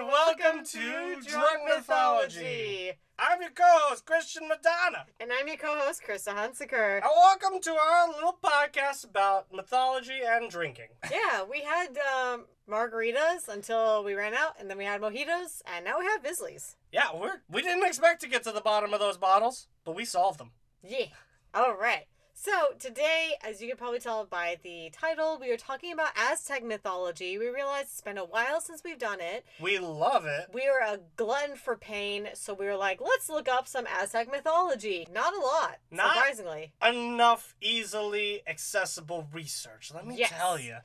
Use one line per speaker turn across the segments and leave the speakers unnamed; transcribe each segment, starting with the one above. Welcome to Drug Mythology. I'm your co-host Christian Madonna,
And I'm your co-host, Krista Hunsaker.
and welcome to our little podcast about mythology and drinking.
Yeah, we had um, margaritas until we ran out, and then we had mojitos, and now we have Bisley's.
Yeah, we're we didn't expect to get to the bottom of those bottles, but we solved them.
Yeah. All right. So today, as you can probably tell by the title, we are talking about Aztec mythology. We realized it's been a while since we've done it.
We love it.
We are a glutton for pain, so we were like, let's look up some Aztec mythology. Not a lot,
Not-
surprisingly.
Enough easily accessible research. Let me
Yes.
tell you,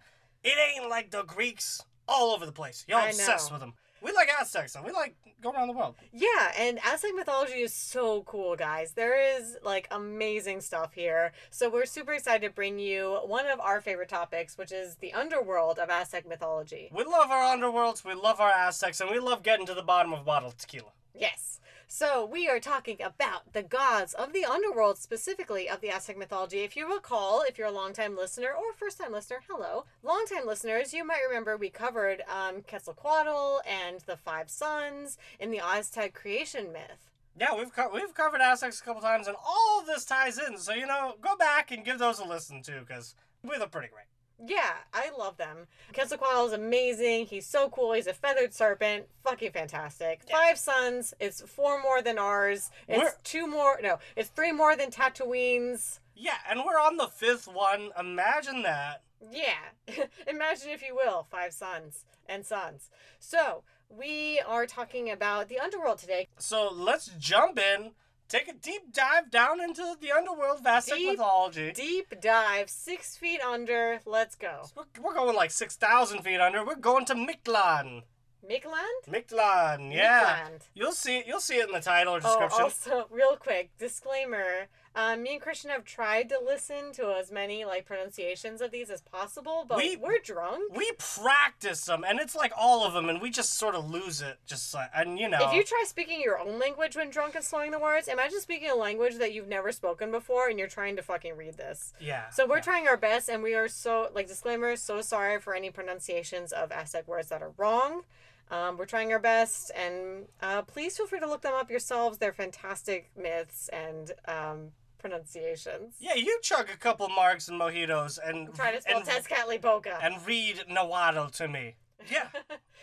it ain't like the Greeks all over the place. Y'all
I
obsessed
know.
with them. We like Aztecs. though. We like go around the world.
Yeah, and Aztec mythology is so cool, guys. There is like amazing stuff here. So we're super excited to bring you one of our favorite topics, which is the underworld of Aztec mythology.
We love our underworlds. We love our Aztecs, and we love getting to the bottom of a bottle of tequila.
Yes. So we are talking about the gods of the underworld, specifically of the Aztec mythology. If you recall, if you're a longtime listener or first time listener, hello. Longtime listeners, you might remember we covered um, Quetzalcoatl and the five sons in the Aztec creation myth.
Yeah, we've co- we've covered Aztecs a couple times, and all of this ties in. So you know, go back and give those a listen too, because we're pretty great.
Yeah, I love them. Quetzalcoatl is amazing. He's so cool. He's a feathered serpent. Fucking fantastic.
Yeah.
Five sons. It's four more than ours. It's
We're-
two more. No, it's three more than Tatooine's.
Yeah, and we're on the fifth one. Imagine that.
Yeah. Imagine, if you will, five sons and sons. So, we are talking about the underworld today.
So let's jump in, take a deep dive down into the underworld of Aztec
Deep
mythology.
Deep dive, six feet under. Let's go.
We're, we're going like six thousand feet under. We're going to Mictlan.
Mictland?
Mictlan, yeah.
Mictland.
You'll see. You'll see it in the title or
Oh,
description.
also, real quick disclaimer: um, me and Christian have tried to listen to as many like pronunciations of these as possible, but
We-
we, are drunk.
we practice them, and it's like all of them, and we just sort of lose it. Just like, and you know,
If you try speaking your own language when drunk and slurring the words, imagine speaking a language that you've never spoken before and you're trying to fucking read this.
yeah.
So we're
yeah.
trying our best, and we are so like disclaimer: so sorry for any pronunciations of Aztec words that are wrong. Um, we're trying our best, and uh, please feel free to look them up yourselves. They're fantastic myths and um, pronunciations.
Yeah, you chug a couple margs and mojitos and
Try to spell
and,
Tezcatli Boca.
and read Nahuatl to me. Yeah.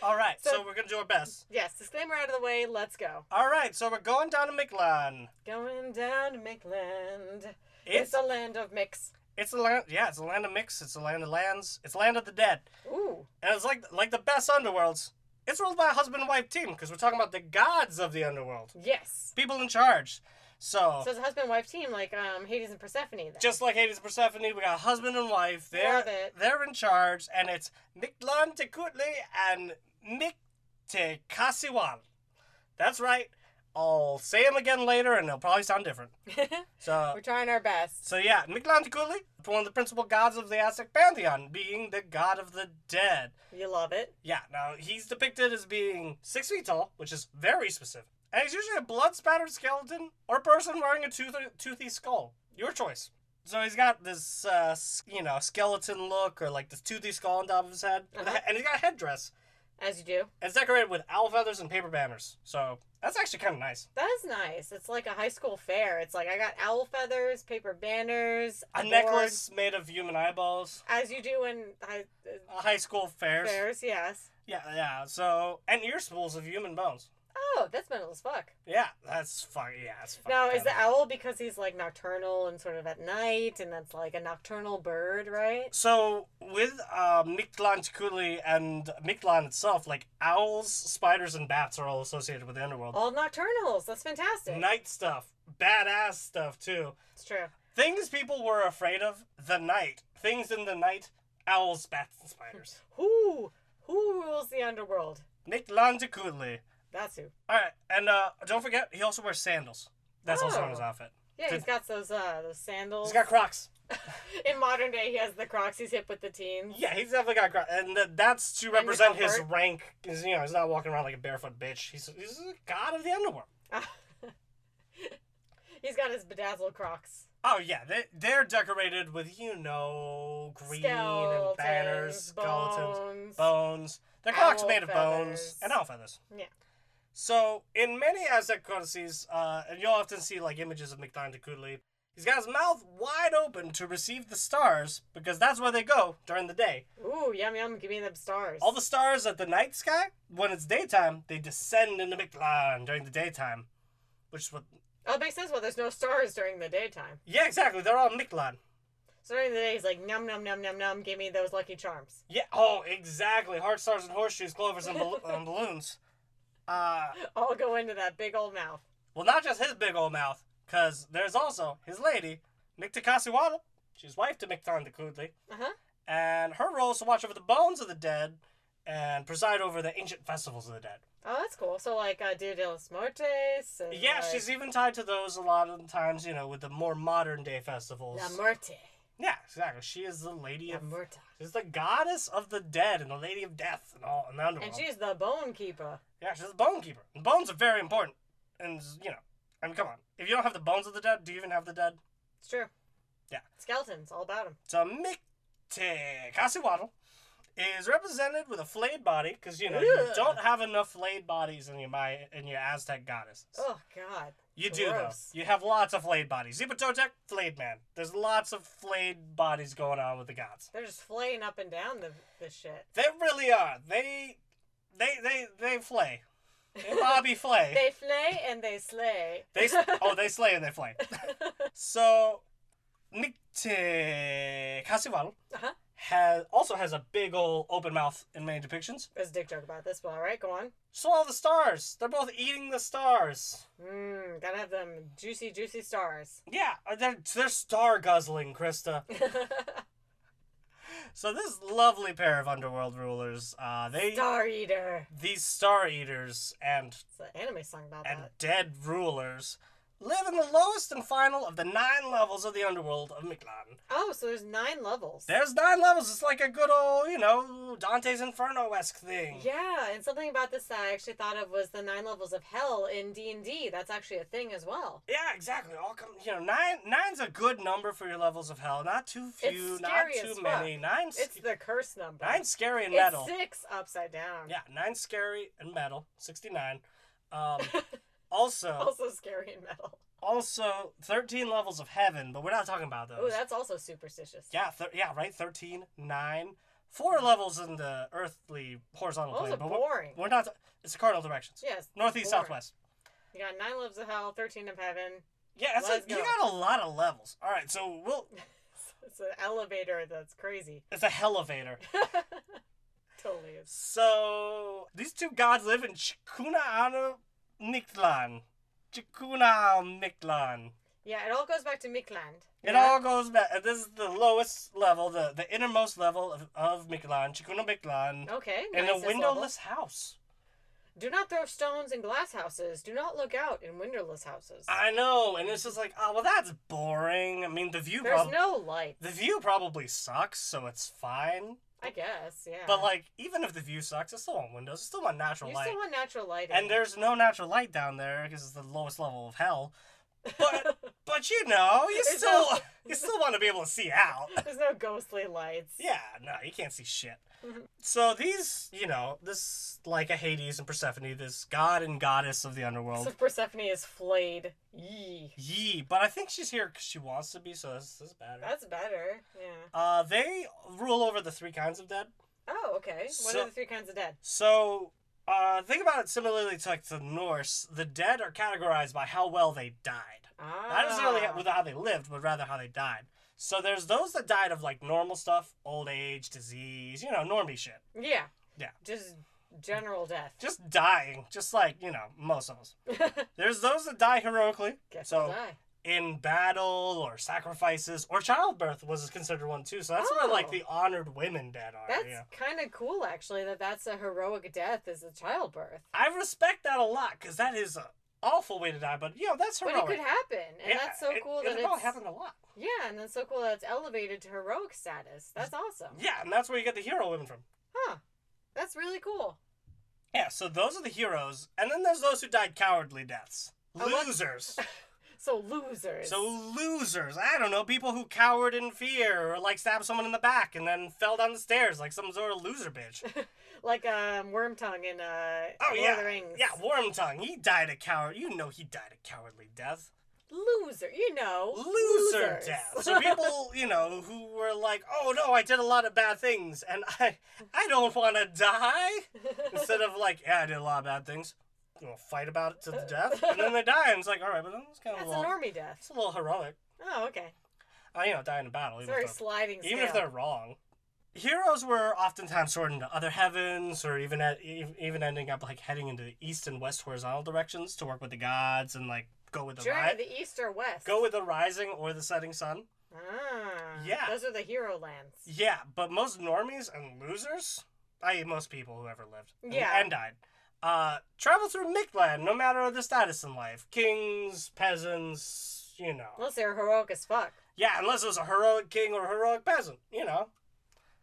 All right. so,
So-
we're gonna do our best.
yes, disclaimer out of the way. Let's go.
All right. So we're going down to Mictlan.
Going down to Mictland.
It's
It's, a land of mix.
it's a land. Yeah, it's a land of mix. It's a land of lands. It's a land of the dead,
Ooh.
and it's like like the best underworlds. It's ruled by a husband and wife team because we're talking about the gods of the underworld,
Yes.
people in charge. So,
So it's a husband wife team like um, Hades and Persephone. Then.
just like Hades and Persephone, we got husband and wife. They're
Love it.
they're in charge, and it's Mictlan Tecutli and Mictecasihual. That's right. I'll say them again later, and they'll probably sound different. So,
we're trying our best.
so yeah, Mictlan Tecutli, one of the principal gods of the Aztec pantheon, being the god of the dead.
You love it.
Yeah, now he's depicted as being six feet tall, which is very specific, and he's usually a blood spattered skeleton or person wearing a tooth- toothy skull. Your choice. So he's got this, uh, s- you know, skeleton look or like this toothy skull on top of his head, with a
Uh-huh.
he- and he's got a headdress.
As you do.
And it's decorated with owl feathers and paper banners. So that's actually kind of nice.
That is nice. It's like a high school fair. It's like I got owl feathers, paper banners,
A
board,
necklace made of human eyeballs.
As you do in high, uh,
A high school fairs.
fairs, yes.
Yeah, yeah. So and ear spools of human bones.
Oh, that's metal as fuck.
Yeah, that's fuck. Yeah, that's fuck.
Now, is the owl because he's like nocturnal and sort of at night, and that's like a nocturnal bird, right?
So with uh, Mictlan Tecutli and Mictlan itself, like owls, spiders, and bats are all associated with the underworld.
All nocturnals. That's fantastic.
Night stuff, badass stuff too.
it's true.
Things people were afraid of: the night, things in the night, owls, bats, and spiders.
Who who rules the underworld?
Mictlan Tecutli.
That's who.
All right, and uh, don't forget, he also wears sandals. That's also on his
Oh.
outfit.
Yeah,
Did-
he's got those uh those sandals.
He's got Crocs.
In modern day, he has the Crocs. He's hip with the teens.
Yeah, he's definitely got Crocs, and th- that's to
the
represent his
comfort.
rank. He's, you know, he's not walking around like a barefoot bitch. He's he's a god of the underworld.
he's got his bedazzled Crocs.
Oh yeah, they they're decorated with you know green and banners,
Skeletons,
skeletons,
bones.
bones. Their clock's
Owl
made of bones
feathers.
and owl feathers.
Yeah.
So, in many Aztec codices, uh, and you'll often see like images of Mictlan Tecutli, he's got his mouth wide open to receive the stars because that's where they go during the day.
Ooh, yum yum, give me them stars.
All the stars at the night sky, when it's daytime, they descend into Mictlan during the daytime, which is what.
oh, it makes sense why there's no stars during the daytime.
Yeah, exactly. They're all Mictlan.
So during the day, he's like, num num num num num, give me those lucky charms.
Yeah. Oh, exactly. Heart stars and horseshoes, clovers and, bal- and balloons. Uh,
All go into that big old mouth.
well, not just his big old mouth, because there's also his lady, Mictacasiwatl. She's wife to Mictan Tecutli,
Uh huh.
and her role is to watch over the bones of the dead and preside over the ancient festivals of the dead.
Oh, that's cool. So like uh, Dia de los Muertes. And,
Yeah,
like,
she's even tied to those a lot of the times, you know, with the more modern day festivals.
La Muerte.
yeah, exactly. She is the lady
La
of.
Muerta.
She's the goddess of the dead and the lady of death and all and the underworld.
And she's the bone keeper.
Yeah, she's the bone keeper. And bones are very important. And, you know, I mean, come on. If you don't have the bones of the dead, do you even have the dead?
It's true.
Yeah.
Skeletons, all about him.
So Micte Casiwaddle is represented with a flayed body because, you know, you
Ugh.
don't have enough flayed bodies in your Maya, in your Aztec goddesses.
Oh God.
you do,
gross.
though. You have lots of flayed bodies. Zipatotec, flayed man. There's lots of flayed bodies going on with the gods.
They're just flaying up and down the the shit.
They really are. They, they, they, they flay. They lobby flay.
They flay and they slay.
They oh they slay and they flay. so Micte Casival
Uh-huh.
has also has a big old open mouth in many depictions.
There's a dick joke about this, but all right, go on.
So all the stars, they're both eating the stars.
Mmm, gotta have them juicy, juicy stars.
Yeah, uh, they're they're star guzzling, Krista. So this lovely pair of underworld rulers, uh, they
Star Eater.
these star eaters and
It's an anime song about
and
that.
dead rulers live in the lowest and final of the nine levels of the underworld of Mictlan.
Oh, so there's nine levels.
There's nine levels. It's like a good old, you know, Dante's Inferno esque thing.
Yeah, and something about this that I actually thought of was the nine levels of hell in D and D. That's actually a thing as well.
Yeah, exactly. All come, you know, nine. Nine's a good number for your levels of hell. Not too few,
It's
not
scary
too
as fuck.
many. Nine's
It's the curse number.
nine's scary and
it's
metal.
six upside down.
Yeah, nine's scary and metal. Sixty nine. Um, also,
Also scary and metal.
also thirteen levels of heaven, but we're not talking about
Oh,
those.
that's also superstitious.
yeah, thir- yeah, right. 13, 9. Four levels in the earthly horizontal
Those
plane,
are
but we're,
boring.
we're not. It's the cardinal directions.
Yes.
Northeast,
boring.
southwest.
You got nine levels of hell, thirteen of heaven.
Yeah, that's
Let's
a, you
go.
got a lot of levels. All right, so we'll.
It's an elevator that's crazy.
It's a elevator.
Totally is.
so these two gods live in Chicunaano Mictlan. Chicunaano Mictlan.
Yeah, it all goes back to Mikland.
It all goes back. and This is the lowest level, the, the innermost level of, of Mictlan, Chicuna Mictlan,
Okay.
in a
nicest Oh, level.
windowless house.
Do not throw stones in glass houses. Do not look out in windowless houses.
I know, and it's just like, oh well, that's boring. I mean, the view
There's
prob-
no light.
the view probably sucks, so it's fine.
I guess, yeah.
But like, even if the view sucks, it's still on windows. It's still on natural
you
light.
still want natural lighting.
and there's no natural light down there because it's the lowest level of hell. But but you know, you
There's
still
no-
you still want to be able to see out.
There's no ghostly lights.
Yeah, no, you can't see shit.
Mhm.
So these, you know, this like a Hades and Persephone, this god and goddess of the
So
underworld.
Persephone is flayed. Yee.
Yee, but I think she's here because she wants to be, so this, this is better.
That's better. Yeah.
Uh, they rule over the three kinds of dead.
Oh, okay. what
So-
are the three kinds of dead?
So, uh, think about it similarly to like the Norse. The dead are categorized by how well they died.
Ah.
not necessarily how- with how they lived, but rather how they died. So there's those that died of like normal stuff, old age, disease, you know, normie shit.
Ah. Yeah.
Yeah.
Just general death.
Just dying, just like, you know, most of us. There's those that die heroically.
Guess
so
I'll die.
in battle or sacrifices or childbirth was considered one too. So that's where like
Oh.
the honored women dead are.
That's
you know.
kind of cool, actually, that that's a heroic death is a childbirth.
I respect that a lot because that is an awful way to die, but you know, that's
But
heroic.
it could happen, and
Yeah,
that's so
it-
cool
it,
that
probably
it's
happened a lot.
yeah, and that's so cool that it's elevated to heroic status. That's awesome.
Yeah, and that's where you get the hero women from.
Huh? That's really cool.
Yeah, so those are the heroes, and then there's those who died cowardly deaths.
I want-
Losers.
So losers.
So losers, I don't know, people who cowered in fear or like stabbed someone in the back and then fell down the stairs like some sort of loser bitch.
like um, Worm Tongue in uh,
Oh
Lord
yeah,
of the Rings.
yeah, Wormtongue, he died a coward. You know he died a cowardly death.
Loser, you know.
Loser
losers.
death. So people, you know, who were like, "Oh no, I did a lot of bad things, and I, I don't want to die." Instead of like, "Yeah, I did a lot of bad things." You know, fight about it to the death, and then they die, and it's like, all right, but that's kind of
That's
a
a
little,
normie death.
it's a little heroic.
Oh, okay.
I, you know, die in a battle.
It's
even
very
if they're-
sliding scale.
even if they're wrong. Heroes were oftentimes soared into other heavens, or even at, e- even ending up like heading into the east and west horizontal directions to work with the gods and like go with the
Journey
ri-
to the east or west.
go with the rising or the setting sun.
Ah,
Yeah.
Those are the hero lands.
Yeah, but most normies and losers, i.e., most people who ever lived and-
Yeah.
and died, uh, travel through Mictland, no matter the status in life. Kings, peasants, you know.
Unless they're heroic as fuck.
yeah, unless it was a heroic king or a heroic peasant, you know.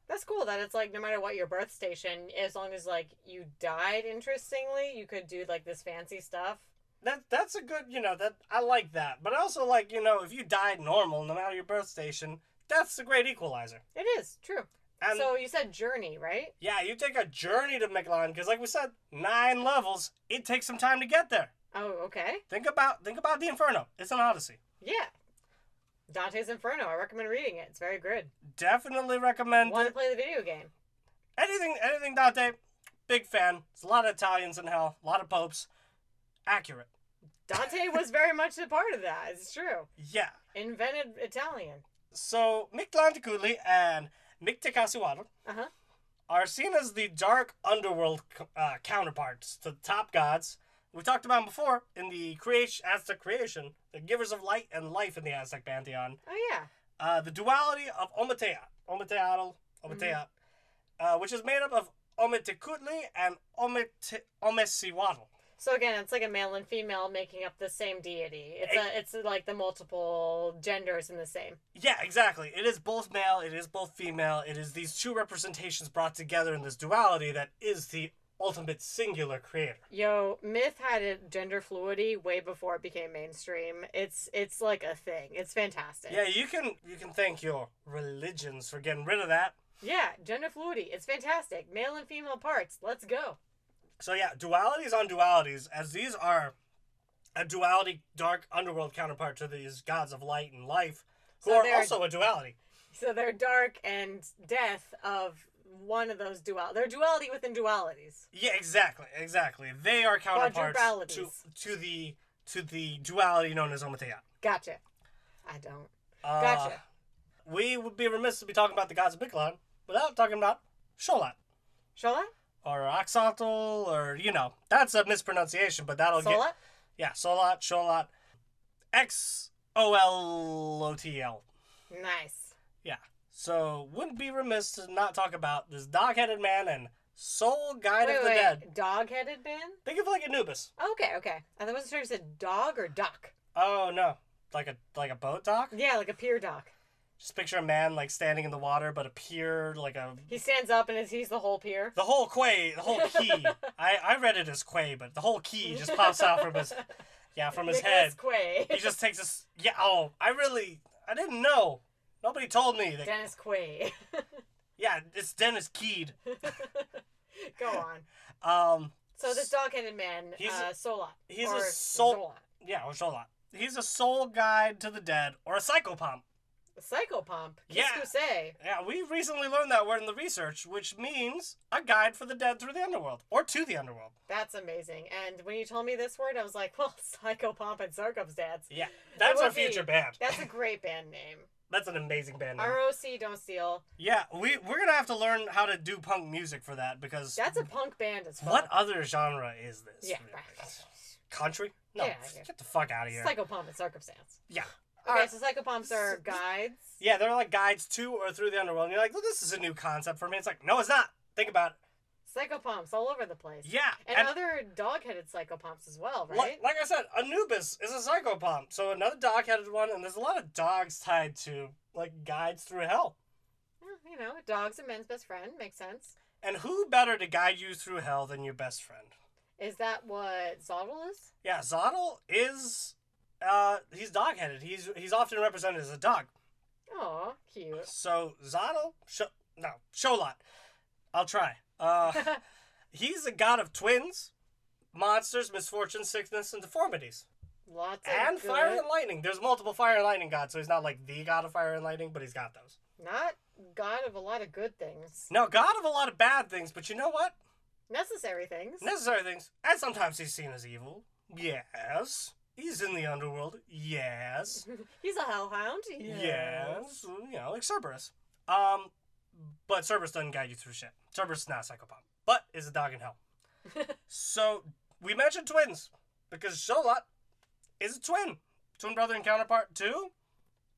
That's cool that it's like no matter what your birth station, as long as like you died interestingly, you could do like this fancy stuff.
That that's a good, you know, that I like that. But I also like, you know, if you died normal, no matter your birth station, that's a great equalizer.
It is true.
And
so you said journey, right?
yeah, you take a journey to Mictland because, like we said, nine levels. It takes some time to get there.
Oh, okay.
Think about think about the Inferno. It's an Odyssey.
Yeah. Dante's Inferno. I recommend reading it. It's very good.
Definitely recommend
Want to
it.
play the video game?
Anything anything Dante, big fan. It's a lot of Italians in hell, a lot of popes. Accurate.
Dante was very much a part of that. It's true.
Yeah.
Invented Italian.
So Mictlantecuhtli and Mictacasuatl
Uh huh.
are seen as the dark underworld c- uh, counterparts to the top gods. We talked about 'em before in the creation, Aztec creation, the givers of light and life in the Aztec pantheon.
Oh yeah.
Uh, the duality of Ometea, Ometeatl, Ometea,
Mm-hmm.
uh, which is made up of Ometecutli and Omete, Omesiwatl.
So again, it's like a male and female making up the same deity. It's a, it's like the multiple genders in the same.
Yeah, exactly. It is both male, it is both female, it is these two representations brought together in this duality that is the ultimate singular creator.
Yo, myth had a gender fluidity way before it became mainstream. It's it's like a thing. It's fantastic.
Yeah, you can you can thank your religions for getting rid of that.
Yeah, gender fluidity. It's fantastic. Male and female parts. Let's go.
So yeah, dualities on dualities, as these are a duality dark underworld counterpart to these gods of light and life, who
So
are
they're-
also a duality.
So they're dark and death of one of those dual. They're duality within dualities.
Yeah, exactly, exactly. They are counterparts to
Quadrupalities.
to the to the duality known as Ometea.
Gotcha. I don't.
Uh,
Gotcha.
We would be remiss to be talking about the gods of Mictlan without talking about Sholat
Shola?
or Oxotl or you know that's a mispronunciation, but that'll get
Sola?
yeah Solat Sholat X O L O T L.
Nice.
Yeah. So wouldn't be remiss to not talk about this dog-headed man and soul guide
Wait,
of the
wait.
dead.
Dog-headed man?
Think of like Anubis.
Okay, okay. I wasn't sure if you said dog or dock.
Oh no, like a like a boat dock.
Yeah, like a pier dock.
Just picture a man like standing in the water, but a pier, like a
He stands up and he's the whole pier.
the whole quay, the whole key. I I read it as quay, but the whole key just pops out from his yeah from his
Nicholas
head.
Quaid.
He just takes us. Yeah. Oh, I really I didn't know. Nobody told me that.
Dennis Quaid.
Yeah, it's Dennis Keed.
Go on.
Um,
So this dog-headed man,
He's-
uh, Solot.
he's a
or
soul-
Zola.
yeah, or Sholat. He's a soul guide to the dead or a psychopomp.
Psychopomp.
Yeah.
Qu'est-ce que c'est?
Yeah, we recently learned that word in the research, which means a guide for the dead through the underworld or to the underworld.
That's amazing. And when you told me this word, I was like, well, Psychopomp and Circumstance.
Yeah, that's our
would be-
future band.
That's a great band name.
That's an amazing band. name.
ROC Don't Steal.
Yeah, we we're gonna have to learn how to do punk music for that because
That's a punk band as fuck.
what other genre is this?
Yeah.
really? country? No,
Yeah, yeah.
get the fuck out of here.
Psychopomp and Circumstance.
yeah,
Okay,
Alright.
so Psychopomps are guides.
yeah, they're like guides to or through the underworld. And you're like, well, this is a new concept for me. It's like, no, it's not. Think about it.
Psychopomps all over the place.
Yeah,
And, other dog-headed psychopomps as well,
li-
right?
like I said, Anubis is a psychopomp, so another dog-headed one, and there's a lot of dogs tied to like guides through hell.
Well, you know, a dog's a man's best friend. Makes sense.
And who better to guide you through hell than your best friend?
Is that what Zottle is?
Yeah, Zottel is Uh, he's dog-headed. He's he's often represented as a dog.
Aw, cute.
So Zotto, Sho no Sholot. I'll try. Uh, he's a god of twins, monsters, misfortune, sickness, and deformities,
Lots of
and
good.
fire and lightning. There's multiple fire and lightning gods, so he's not like the god of fire and lightning, but he's got those.
Not god of a lot of good things.
No, god of a lot of bad things, but you know what?
Necessary things.
Necessary things, and sometimes he's seen as evil. Yes. He's in the underworld. Yes.
He's a hellhound.
Yes. You know, like Cerberus. Um, but Cerberus doesn't guide you through shit. Cerberus is not a psychopath, but is a dog in hell. so we mentioned twins because Sholot is a twin, twin brother and counterpart to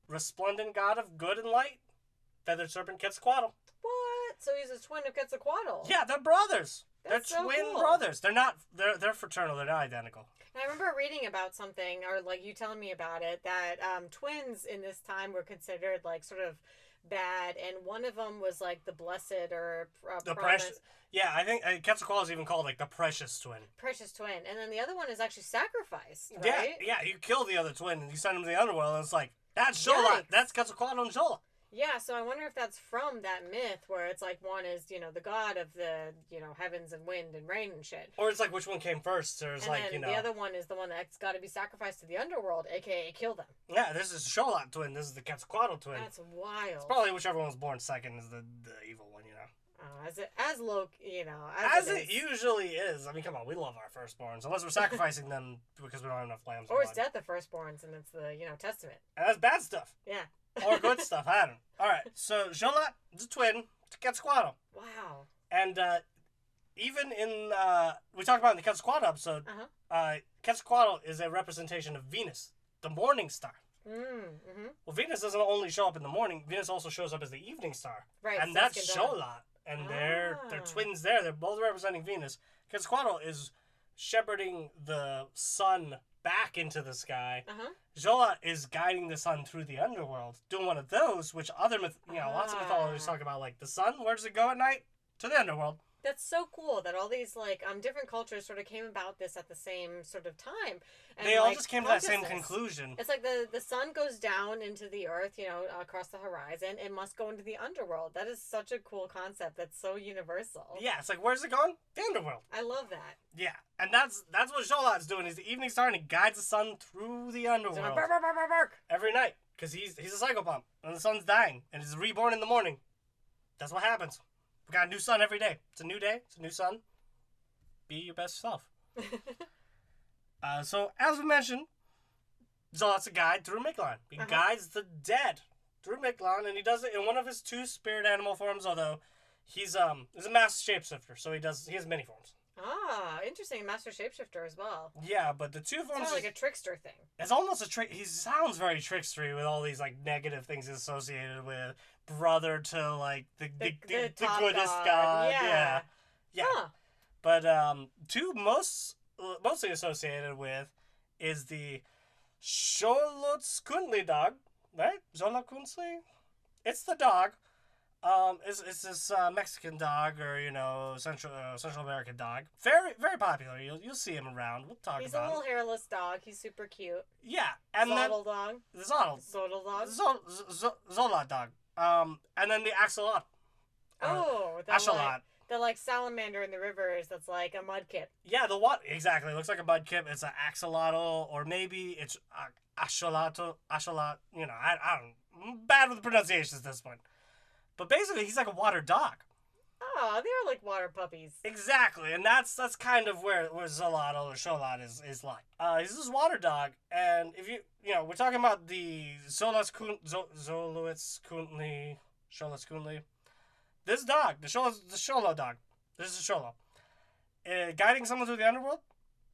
resplendent god of good and light, feathered serpent Quetzalcoatl.
What? So he's a twin of Quetzalcoatl.
Yeah, they're brothers.
That's
they're
so
twin
cool.
brothers. They're not. They're they're fraternal. They're not identical.
And I remember reading about something, or like you telling me about it, that um, twins in this time were considered like sort of bad, and one of them was like the blessed or uh,
The
promised-
precious. Yeah, I think uh, Quetzalcoatl is even called like the precious twin.
precious twin, and then the other one is actually sacrificed,
Yeah,
right?
yeah. You kill the other twin and you send him to the underworld, and it's like that's Sholot.
Yikes.
That's Quetzalcoatl and Sholot.
Yeah, so I wonder if that's from that myth where it's like one is, you know, the god of the, you know, heavens and wind and rain and shit.
Or it's like which one came first? There's
and
like
then
you know.
the other one is the one that's got to be sacrificed to the underworld, aka kill them.
Yeah, this is Sholot twin. This is the Quetzalcoatl twin.
That's wild.
It's probably whichever one was born second is the, the evil one, you know.
Uh, as it, as low, you know, as,
As it
is.
usually is. I mean, come on, we love our firstborns, unless we're sacrificing them because we don't have enough lambs.
or
and
is
blood.
death the firstborns, and it's the you know testament.
And that's bad stuff
Yeah.
or good stuff. I don't. know. All right, so Sholot is a twin to Quetzalcoatl,
Wow.
and uh, even in uh, we talked about in the Quetzalcoatl episode,
Uh-huh.
uh, Quetzalcoatl is a representation of Venus, the morning star.
Mm, hmm
Well, Venus doesn't only show up in the morning. Venus also shows up as the evening star.
Right.
and that's
Saskia Dawn.
Sholot, and they're they're
Ah.
twins. There, they're both representing Venus. Quetzalcoatl is shepherding the sun back into the sky.
Uh-huh.
Sholot is guiding the sun through the underworld, doing one of those, which other myth, you know, lots of mythologies
Ah.
talk about, like the sun. Where does it go at night? To the underworld.
That's so cool that all these like um different cultures sort of came about this at the same sort of time. And,
they all
like,
just came to that same
consciousness.
conclusion.
It's like the the sun goes down into the earth, you know, across the horizon. It must go into the underworld. That is such a cool concept. That's so universal.
Yeah, it's like where's it going? The underworld.
I love that.
Yeah, and that's that's what Sholot's doing. He's the evening star, and he guides the sun through the
So,
underworld.
bark, bark, bark, bark, bark.
every night because he's he's a psychopomp and the sun's dying and he's reborn in the morning. That's what happens. We got a new sun every day. It's a new day. It's a new sun. Be your best self. uh, so as we mentioned, Zolot's a guide through Miquelon. He
Uh-huh.
guides the dead through Miquelon, and he does it in one of his two spirit animal forms. Although he's um he's a master shapeshifter, so he does he has many forms.
Ah, interesting. Master shapeshifter as well.
Yeah, but the two
It's
forms
kind
is-
of like a trickster thing.
it's almost a trick. He sounds very trickstery with all these like negative things associated with brother to like the the, the, the,
top
goodest god. Yeah, yeah.
Huh.
But um, two most mostly associated with is the Scholotskundli dog, right? Scholotskundli. It's the dog. Um, it's, it's this uh, Mexican dog or you know Central uh, Central American dog. Very very popular. You'll you'll see him around. We'll talk
He's a
about.
little
him.
hairless dog. He's super cute.
Yeah,
And
and then
Zottle dog.
the Zottle.
Zottle dog.
Zol- Z- Z- Zola dog. Um, and then the Um, axolot.
Oh, the
Axolot.
like, the like salamander in the rivers. That's like a mudkip.
Yeah, the what? Exactly. It looks like a mudkip. It's an axolotl, or maybe it's a- axolotl. Axolot. You know, I, I don't. I'm bad with pronunciations at this point. But basically, he's like a water dog.
Oh, they're like water puppies.
Exactly, and that's that's kind of where where Zolotl or Sholot is is like. Uh, he's this water dog, and if you you know, we're talking about the Zolas Kun Zo- Zolowitz Kuntli Sholas Kuntli. This dog, the Sholas the Sholo dog, this is Sholo, uh, guiding someone through the underworld.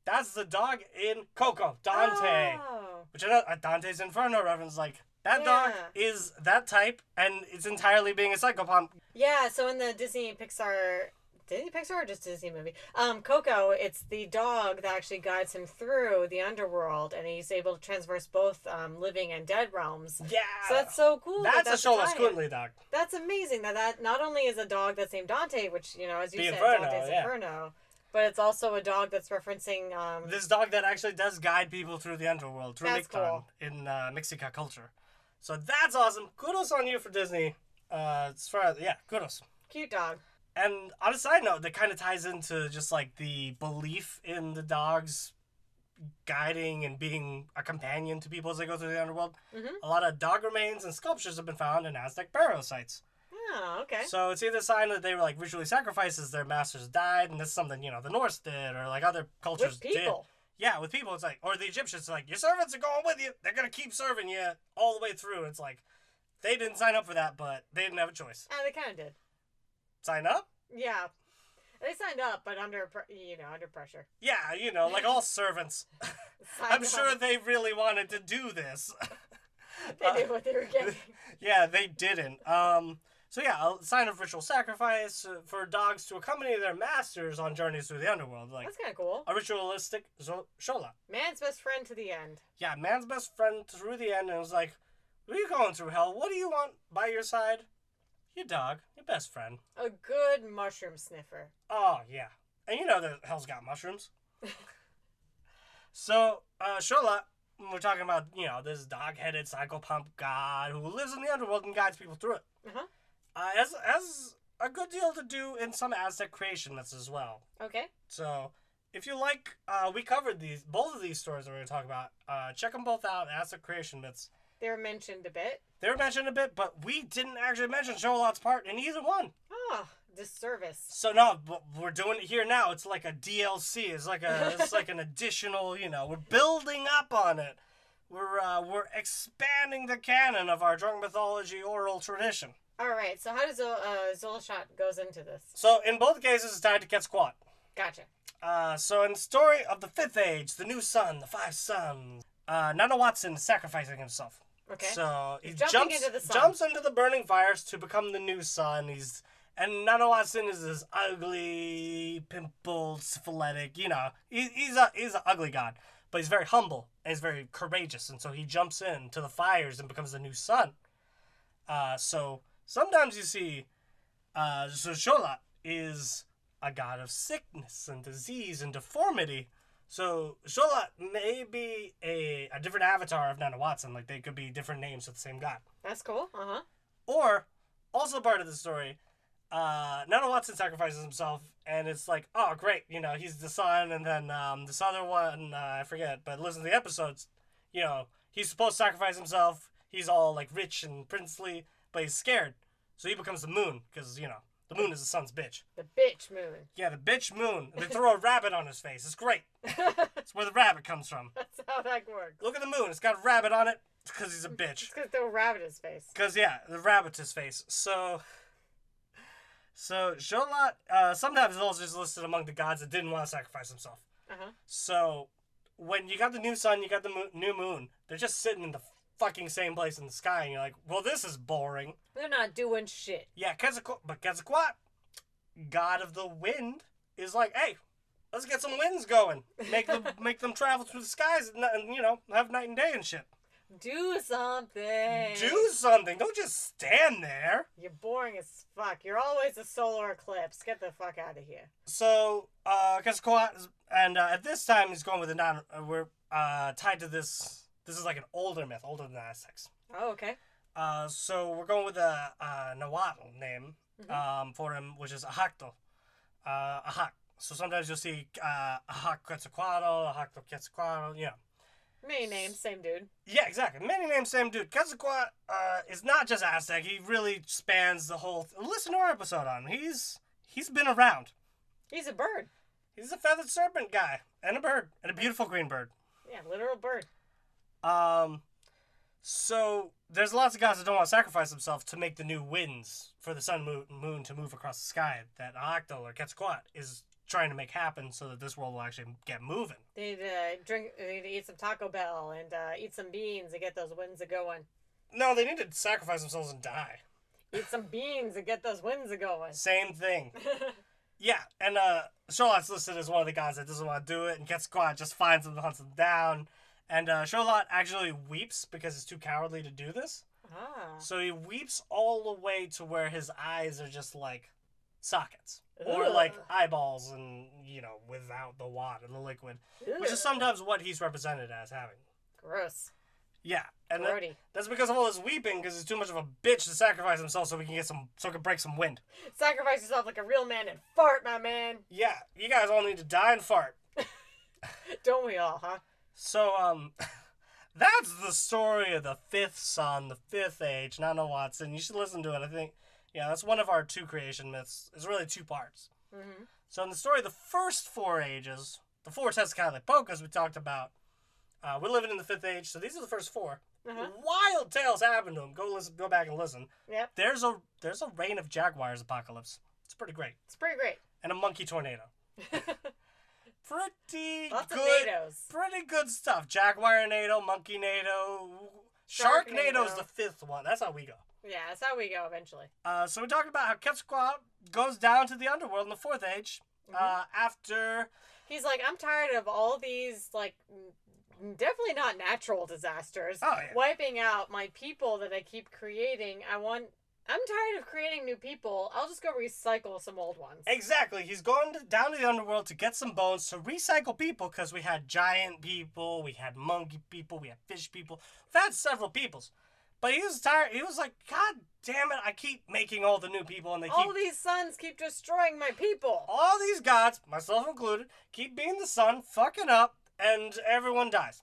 That's the dog in Coco Dante,
Oh.
which I know uh, Dante's Inferno reference. Like that dog
Yeah.
is that type, and it's entirely being a psychopomp.
Yeah, so in the Disney and Pixar Disney Pixar or just Disney movie? Um, Coco, it's the dog that actually guides him through the underworld and he's able to transverse both um, living and dead realms.
Yeah,
So that's so cool. that
that's, a Sholas
giant.
Kuntli dog.
That's amazing that that not only is a dog that's named Dante, which you know, as you
The
said,
Inferno,
Dante's
yeah.
Inferno, But it's also a dog that's referencing. Um,
This dog that actually does guide people through the underworld, through
That's
Mictan in uh, Mexica culture. So that's awesome. Kudos on you for Disney. Uh, as far as, yeah, kudos.
cute dog.
And on a side note, that kind of ties into just like the belief in the dogs guiding and being a companion to people as they go through the underworld.
Mhm.
A lot of dog remains and sculptures have been found in Aztec burial sites.
Oh, okay.
So it's either a sign that they were like ritually sacrificed as their masters died, and that's something, you know, the Norse did or like other cultures
With
did.
people.
Yeah, with people, it's like, or the Egyptians, like, your servants are going with you. They're going to keep serving you all the way through. It's like, they didn't sign up for that, but they didn't have a choice.
Ah, they kind of did.
Sign up?
Yeah. They signed up, but under pr- you know under pressure.
Yeah, you know, like all servants.
Signed
I'm sure
up.
they really wanted to do this. uh,
they knew what they were getting.
yeah, they didn't. Um, so yeah, a sign of ritual sacrifice uh, for dogs to accompany their masters on journeys through the underworld, like
That's kind of cool.
a ritualistic zo- shola.
Man's best friend to the end.
Yeah, man's best friend through the end, and was like, "What are you going through hell? What do you want by your side? Your dog, your best friend."
A good mushroom sniffer.
Oh yeah, and you know that hell's got mushrooms. so uh, Shola, we're talking about you know this dog-headed psychopomp god who lives in the underworld and guides people through it.
Uh-huh.
Uh, as as a good deal to do in some Aztec creation myths as well.
Okay.
So if you like, uh, we covered these both of these stories that we're going to talk about. Uh, check them both out, Aztec creation myths.
They were mentioned a bit.
They were mentioned a bit, but we didn't actually mention Sholot's part in either one.
Oh, disservice.
So no, but we're doing it here now. It's like a DLC. It's like a it's like an additional. You know, we're building up on it. We're uh, we're expanding the canon of our drunk mythology oral tradition.
All right. So how does Zol- uh, Zolshot goes into this?
So in both cases, it's tied to Quetzalcoatl.
Gotcha.
Uh, so in story of the fifth age, the new sun, the five suns. Uh, Nana Watson is sacrificing himself.
Okay.
So he
He's jumping
jumps
into the sun.
jumps into the burning fires to become the new sun. He's and Nana Watson is this ugly, pimpled, syphilitic. You know, he, he's a he's an ugly god, but he's very humble and he's very courageous. And so he jumps into the fires and becomes the new sun. Uh, so sometimes you see, uh, so Shola is a god of sickness and disease and deformity. So Shola may be a, a different avatar of Nana Watson. Like they could be different names of the same god.
That's cool. Uh huh.
Or also part of the story, uh, Nana Watson sacrifices himself, and it's like, oh great, you know he's the son, and then um, this other one uh, I forget, but listen to the episodes. You know he's supposed to sacrifice himself. He's all like rich and princely, but he's scared, so he becomes the moon because you know the moon is the sun's bitch.
The bitch moon.
Yeah, the bitch moon. They throw a rabbit on his face. It's great. It's where the rabbit comes from.
That's how that works.
Look at the moon. It's got a rabbit on it because he's a bitch.
It's gonna throw a rabbit in his face.
Because, yeah, the rabbit's his face. So, so Jolot, uh, sometimes is also just listed among the gods that didn't want to sacrifice himself.
Uh huh.
So, when you got the new sun, you got the mo- new moon, they're just sitting in the fucking same place in the sky, and you're like, well, this is boring.
They're not doing shit.
Yeah, Quetzalcoatl, but Quetzalcoatl, god of the wind, is like, hey, let's get some winds going. Make them, make them travel through the skies and, and, you know, have night and day and shit.
Do something.
Do something. Don't just stand there.
You're boring as fuck. You're always a solar eclipse. Get the fuck out of here.
So, uh, because and uh, at this time he's going with the non. Uh, we're uh tied to this. This is like an older myth, older than the Aztecs.
Oh, okay.
Uh, so we're going with a uh, Nahuatl name um for him, which is Ahacto. Uh, Ahak. So sometimes you'll see uh Ahak Quetzalcoatl, Ahacto Quetzalcoatl. You know.
Many names, same dude.
Yeah, exactly. Many names, same dude. Quetzalcoatl uh, is not just Aztec. He really spans the whole. Th- Listen to our episode on. him. He's he's been around.
He's a bird.
He's a feathered serpent guy and a bird and a beautiful green bird.
Yeah, literal bird.
Um, so there's lots of guys that don't want to sacrifice themselves to make the new winds for the sun moon, moon to move across the sky that Octal or Quetzalcoatl is trying to make happen so that this world will actually get moving.
They need to uh, drink. They need to eat some Taco Bell and uh, eat some beans and get those winds a going.
No, they need to sacrifice themselves and die.
Eat some beans and get those winds a going.
Same thing. Yeah, and uh, Sherlock's listed as one of the guys that doesn't want to do it, and Quetzalcoatl just finds him and hunts him down. And uh, Sherlock actually weeps because he's too cowardly to do this.
ah,
So he weeps all the way to where his eyes are just like sockets or
Ugh.
like eyeballs and you know without the wad and the liquid which
Ugh.
is sometimes what he's represented as having
gross.
yeah and that,
Grody.
that's because of all this weeping because he's too much of a bitch to sacrifice himself so we can get some so we can break some wind
Sacrifice yourself like a real man and fart, my man.
yeah you guys all need to die and fart
Don't we all, huh?
so um that's the story of the fifth son the fifth age nana watson you should listen to it i think yeah that's one of our two creation myths it's really two parts
Mm-hmm.
So in the story of the first four ages, the four Tezcatlipoca Pocas we talked about, uh, we're living in the fifth age, so these are the first four.
Uh-huh.
Wild tales happen to them. Go listen, go back and listen.
Yep.
There's a there's a reign of jaguars apocalypse. It's pretty great,
It's pretty great.
and a monkey tornado. Pretty
Lots of
good,
NATOs.
pretty good stuff. Jaguar NATO, monkey NATO, shark NATO is
Sharknado.
the fifth one. That's how we go.
Yeah, that's how we go eventually.
Uh, so we talked about how Quetzalcoatl goes down to the underworld in the fourth age
Mm-hmm.
uh, after
He's like, I'm tired of all these, like, n- definitely not natural disasters
oh yeah.
wiping out my people that I keep creating. I want. I'm tired of creating new people. I'll just go recycle some old ones.
Exactly. He's going to, down to the underworld to get some bones to recycle people because we had giant people, we had monkey people, we had fish people. We've had several peoples. But he was tired. He was like, God damn it, I keep making all the new people and they
all
keep.
these sons keep destroying my people.
all these gods, myself included, keep being the sun, fucking up, and everyone dies.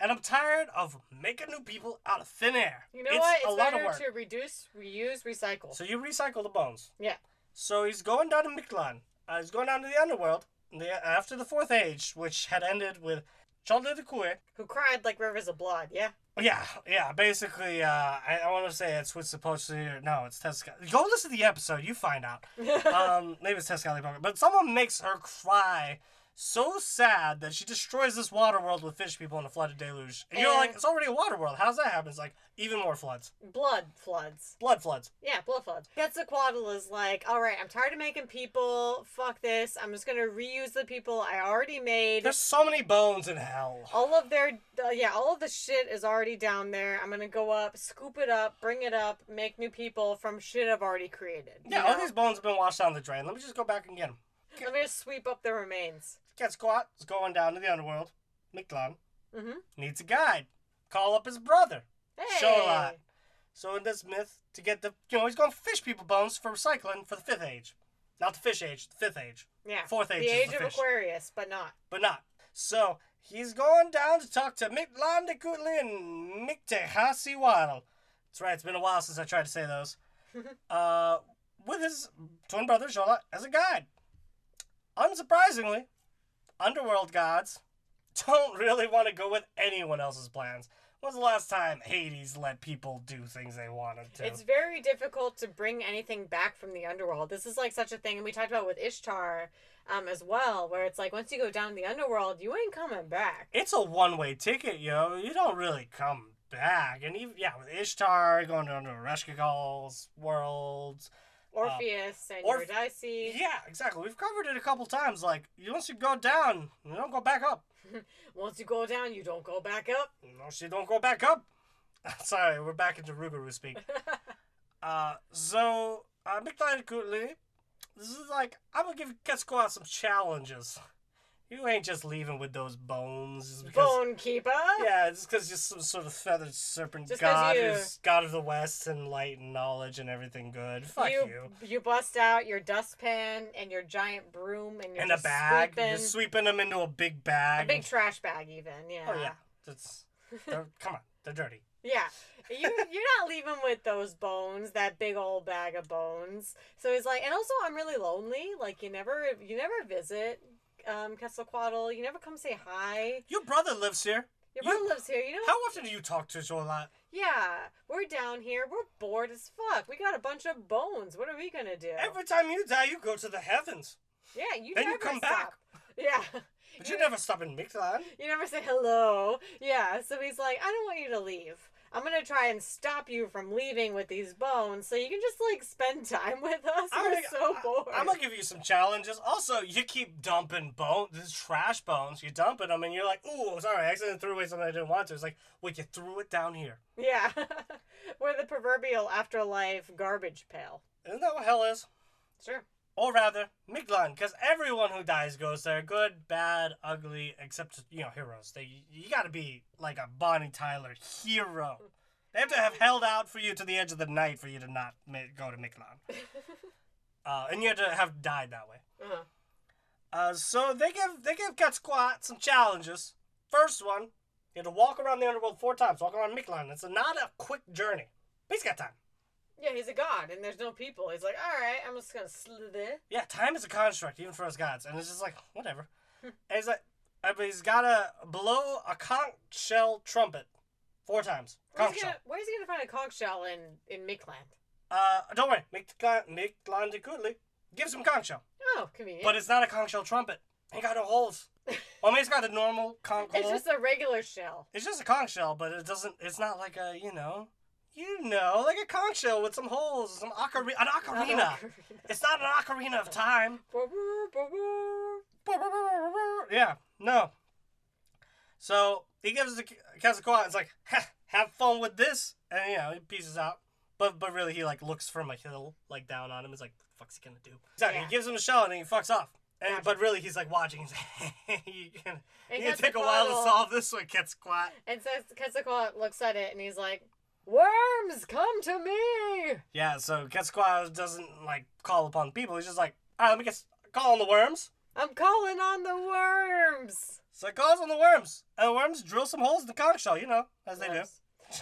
And I'm tired of making new people out of thin air.
You know
it's
what? It's
a lot of
better
work.
to reduce, reuse, recycle.
So you recycle the bones.
Yeah.
So he's going down to Mictlan. Uh, he's going down to the underworld the, after the Fourth Age, which had ended with Chaldedekwe.
Who cried like rivers of blood? Yeah.
Yeah, yeah. Basically, uh, I, I want to say it's what's supposed to. No, it's Tezcatlipoca. Go listen to the episode. You find out. um, maybe it's Tezcatlipoca. But someone makes her cry so sad that she destroys this water world with fish people in a flooded deluge. And you're
And-
like, it's already a water world. How's that happen? It's like even more floods,
blood floods.
blood floods.
Yeah, blood floods. Quetzalcoatl is like, all right, I'm tired of making people. Fuck this. I'm just gonna reuse the people I already made.
There's so many bones in hell.
all of their, uh, yeah, all of the shit is already down there. I'm gonna go up, scoop it up, bring it up, make new people from shit I've already created. you
Yeah, all
know?
these bones have been washed down the drain. Let me just go back and get them.
Let me just sweep up the remains.
Cat Squat is going down to the underworld. Mictlan
Mm-hmm.
needs a guide. Call up his brother.
Hey.
Show a lot. So in this myth, to get the you know he's going fish people bones for recycling for the fifth age, not the fish age, the fifth age,
Yeah.
fourth age,
the
is
age
the
of
fish,
Aquarius, but not.
but not. So he's going down to talk to Mictlan de Kutli and Mictehasiwatl. That's right. It's been a while since I tried to say those. uh, with his twin brother Shola as a guide. Unsurprisingly, underworld gods don't really want to go with anyone else's plans. When's the last time Hades let people do things they wanted to?
It's very difficult to bring anything back from the underworld. This is like such a thing, and we talked about with Ishtar um, as well, where it's like once you go down in the underworld, you ain't coming back.
It's a one-way ticket, yo. You don't really come back. And even yeah, with Ishtar going down to Ereshkigal's world.
Orpheus and
Uh, Orph-
Eurydice.
Yeah, exactly. We've covered it a couple times. Like, you- once you go down, you don't go back up.
Once you go down, you don't go back up.
No, she don't go back up. Sorry, we're back into Ruguru speak. uh, so, uh, McLeod Cootly, this is like, I'm gonna give Ketsuko some challenges. You ain't just leaving with those bones. Just because,
Bone keeper.
Yeah, just because you're some sort of feathered serpent
Just 'cause
god
you-
who's god of the west and light and knowledge and everything good. Fuck you.
You, you bust out your dustpan and your giant broom and you're
And a
just
bag. You're
sweeping
sweeping them into a big bag.
a big trash bag even yeah
oh, yeah. That's, they're, come on, they're dirty.
Yeah. You you're not leaving with those bones, that big old bag of bones. So he's like, and also I'm really lonely. Like you never you never visit um Quetzalcoatl. You never come say hi.
Your brother lives here.
Your
You-
mom lives here. You know
How often do you talk to Zola?
Yeah. We're down here. We're bored as fuck. We got a bunch of bones. What are we gonna do?
Every time you die, you go to the heavens.
yeah, you
then you
never
come
stop.
back.
Yeah.
But you never stop in Mictlan.
You never say hello. Yeah, so he's like, I don't want you to leave. I'm gonna try and stop you from leaving with these bones, so you can just like spend time with us.
I'm
We're
gonna-
so bored.
I'm gonna give you some challenges. Also, you keep dumping bones, these trash bones. You dumping them, and you're like, "Ooh, sorry, I accidentally threw away something I didn't want to." It's like, wait, you threw it down here.
yeah, we're the proverbial afterlife garbage pail.
Isn't that what hell is?
Sure.
Or rather, Miglan, because everyone who dies goes there. Good, bad, ugly, except, you know, heroes. They You gotta be like a Bonnie Tyler hero. They have to have held out for you to the edge of the night for you to not ma- go to Miglan. Uh, and you had to have died that way.
Uh-huh.
Uh, so they give they give Quetzalcoatl some challenges. First one, you had to walk around the underworld four times. Walk around Mictlan. It's a, not a quick journey, but he's got time.
Yeah, he's a god, and there's no people. He's like, all right, I'm just gonna slither.
Yeah, time is a construct, even for us gods. And it's just like whatever.
Hmm.
and he's like, uh, but he's got to blow a conch shell trumpet four times.
Where's
Conch
he
shell.
gonna, where's he gonna find a conch shell in in Midland?
Uh, don't worry, Mictlan Mictlan de Kutli gives him conch shell,
Oh, convenient.
but it's not a conch shell trumpet. He got no holes. I mean, it's got the normal conch
it's
hole.
just a regular shell.
It's just a conch shell, but it doesn't. It's not like a you know, you know, like a conch shell with some holes, some ocarina, an
Not an
ocarina.
ocarina.
It's not an ocarina of time.
Ba-boor, ba-boor.
Yeah, no. So he gives the Quetzalcoatl. It's like, "Ha, have fun with this, and you know he pieces out. But but really, he like looks from a hill like down on him. He's like, the fuck's he gonna do? Exactly.
Yeah.
He gives him a shell and he fucks off. And
Gotcha.
but really, he's like watching. He's like, you can,
And
you can take a while to
Quetzalcoatl-
solve this one, Quetzalcoatl.
And says Quetzalcoatl looks at it and he's like, "Worms, come to me."
Yeah, so Quetzalcoatl doesn't like call upon people. He's just like, all right, let me get call on the worms.
I'm calling on the worms.
So he calls on the worms, and the worms drill some holes in the conch shell, you know, as they do.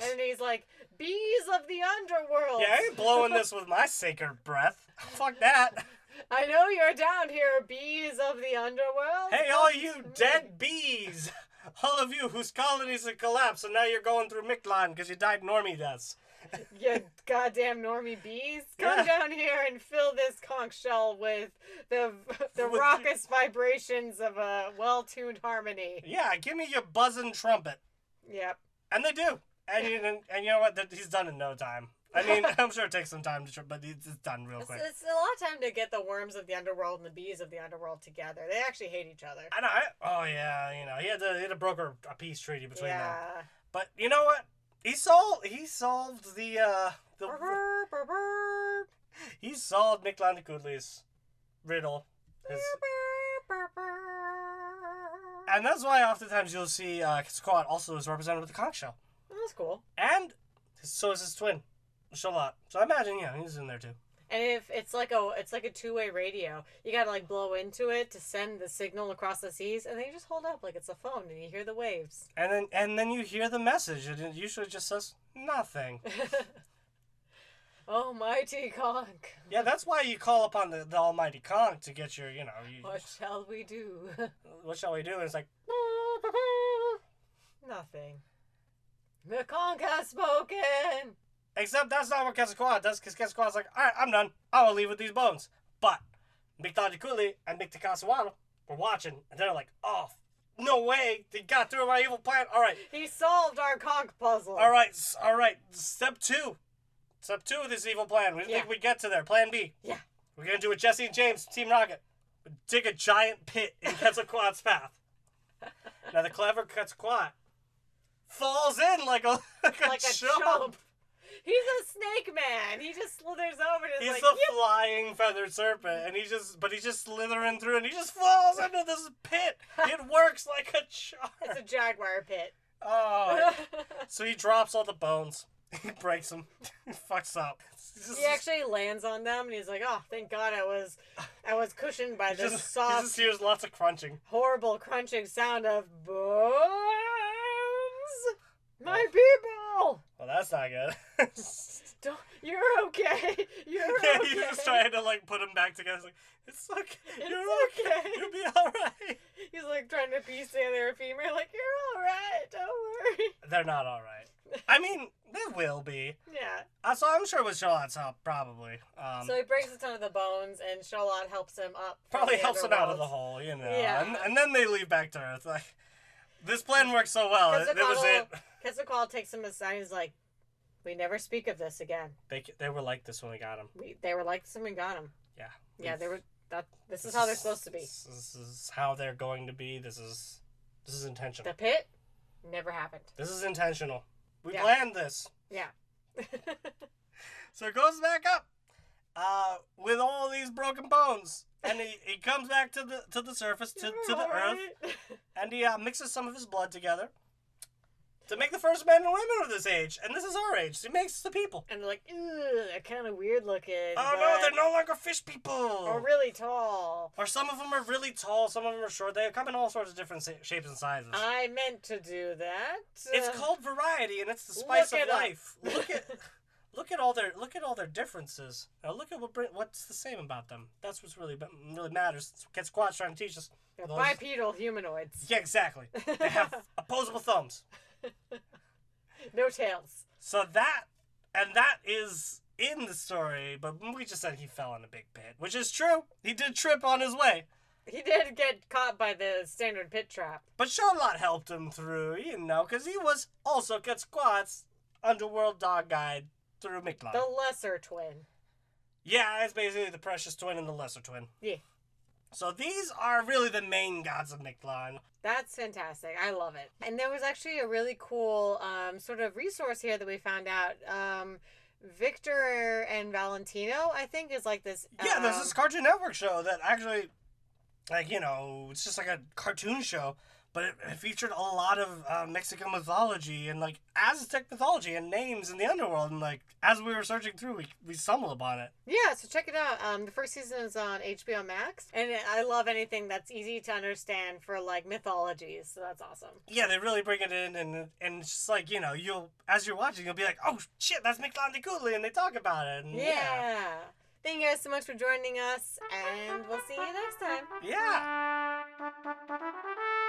And he's like, "Bees of the underworld."
Yeah, I ain't blowing this with my sacred breath. Fuck that.
I know you're down here, bees of the underworld.
Hey,
Come
all
to
you
me."
dead bees! All of you whose colonies have collapsed, and now you're going through Mictlan because you died normie deaths.
You goddamn normie bees, come
Yeah.
down here and fill this conch shell with the the
With-
raucous vibrations of a well-tuned harmony.
Yeah, give me your buzzing trumpet.
Yep.
And they do. And you, and you know what? That- He's done in no time. I mean, I'm sure it takes some time to, tr- but it's it's done real
It's,
quick.
it's a lot of time to get the worms of the underworld and the bees of the underworld together. They actually hate each other.
I know. I, oh yeah, you know he had to he had to broker a peace treaty between them.
Yeah.
But you know what? He solved he solved the uh the
Brr, brr, brr,
he solved Nick Landakudli's riddle. His-
brr, brr.
and that's why oftentimes you'll see uh, Squad also is represented with a conch shell,
That's cool.
and so is his twin, Shalot. So I imagine yeah he's in there too.
And if it's like a it's like a two way radio, you gotta like blow into it to send the signal across the seas, and then you just hold up like it's a phone, and you hear the waves.
And then and then you hear the message, and it usually just says nothing.
oh mighty conch,
yeah, that's why you call upon the, the Almighty Conch to get your you know you,
what shall we do?
what shall we do? And it's like
Nothing. The conch has spoken.
Except that's not what Quetzalcoatl does, because Quetzalcoatl's like, all right, I'm done. I will leave with these bones. But Mictlantecuhtli and Mictlantecuhtli were watching, and they're like, oh, no way. They got through my evil plan. All right,
He solved our conch puzzle.
all right, s- all right. Step two. Step two of this evil plan. We didn't
Yeah.
think we'd get to there. Plan B.
Yeah.
We're going to do what Jesse and James, Team Rocket. Dig a giant pit in Quetzalcoatl's path. Now, the clever Quetzalcoatl falls in like a, like a,
Like a
chump.
chump. He's a snake man. He just slithers over and is
He's
like,
a flying feathered serpent, and he just but he's just slithering through, and he just falls into this pit. It works like a
"Yep,
charm.
it's a jaguar pit.
Oh, so he drops all the bones, he breaks them, he fucks up. He's just-
He actually lands on them and he's like, "Oh, thank God, I was, I was cushioned by
he
this
just, he
soft,
just hears lots of crunching.
horrible crunching sound of
Oh.
bones." My people,
Well, that's not good.
don't, you're okay. You're
yeah,
okay.
he's just trying to like put him back together. He's like, it's okay. You're okay.
okay.
You'll be all right.
He's like trying to piece together a femur. Like you're all right. Don't worry.
They're not all right. I mean, they will be.
Yeah.
Uh, so I'm sure with Charlotte's help, probably. Um,
so he breaks a ton of the bones, and Charlotte helps him up. from
probably
the
helps them out of the
underworld.
hole, you know.
Yeah.
And, and then they leave back to Earth. Like this plan worked so well. It, it was it.
Quetzalcoatl- Quetzalcoatl takes him aside. He's like, "We never speak of this again."
They they were like this when we got him.
We, they were like this and we got them.
Yeah.
Yeah, they were. That this is how they're supposed to be.
This is- this is how they're going to be. This is this is intentional.
The pit never happened.
This is intentional. We
Yeah.
planned this.
Yeah.
So it goes back up. uh, with all these broken bones. And he, he comes back to the to the surface to, to the earth, and he uh, mixes some of his blood together to make the first men and women of this age. And this is our age. So he makes the people.
And they're like, ew, they're kind of weird looking.
Oh no, they're no longer fish people.
Or Oh, really tall.
Or some of them are really tall, some of them are short. They come in all sorts of different sa- shapes and sizes.
I meant to do that.
it's
Uh,
called variety, and it's the spice
look
of
it up.
life. Look at look at all their look at all their differences. Now look at what bring, what's the same about them. That's what's really really matters. It's what Squat's trying to teach us.
They're
Those-
Uh, bipedal humanoids.
Yeah, exactly. They have opposable thumbs.
no tails.
So that and that is in the story, but we just said he fell in a big pit, which is true. He did trip on his way.
He did get caught by the standard pit trap.
But Charlotte helped him through, you know, because he was also Cut Squat's underworld dog guide through McLeod.
The lesser twin.
Yeah, it's basically the precious twin and the lesser twin.
Yeah.
So these are really the main gods of Mictlan.
That's fantastic. I love it. And there was actually a really cool um, sort of resource here that we found out. Um, Victor and Valentino, I think, is like this.
Yeah, there's
um,
this Cartoon Network show that actually, like, you know, it's just like a cartoon show, but it, it featured a lot of uh, Mexican mythology and, like, Aztec mythology and names in the underworld. And, like, as we were searching through, we, we stumbled upon it.
Yeah, so check it out. Um, the first season is on HBO Max, and I love anything that's easy to understand for like mythologies. So that's awesome.
Yeah, they really bring it in, and and it's just like, you know, you'll, as you're watching, you'll be like, oh, shit, that's Mictlan de Cooley, and they talk about it. And,
Yeah. Thank you guys so much for joining us, and we'll see you next time.
Yeah. yeah.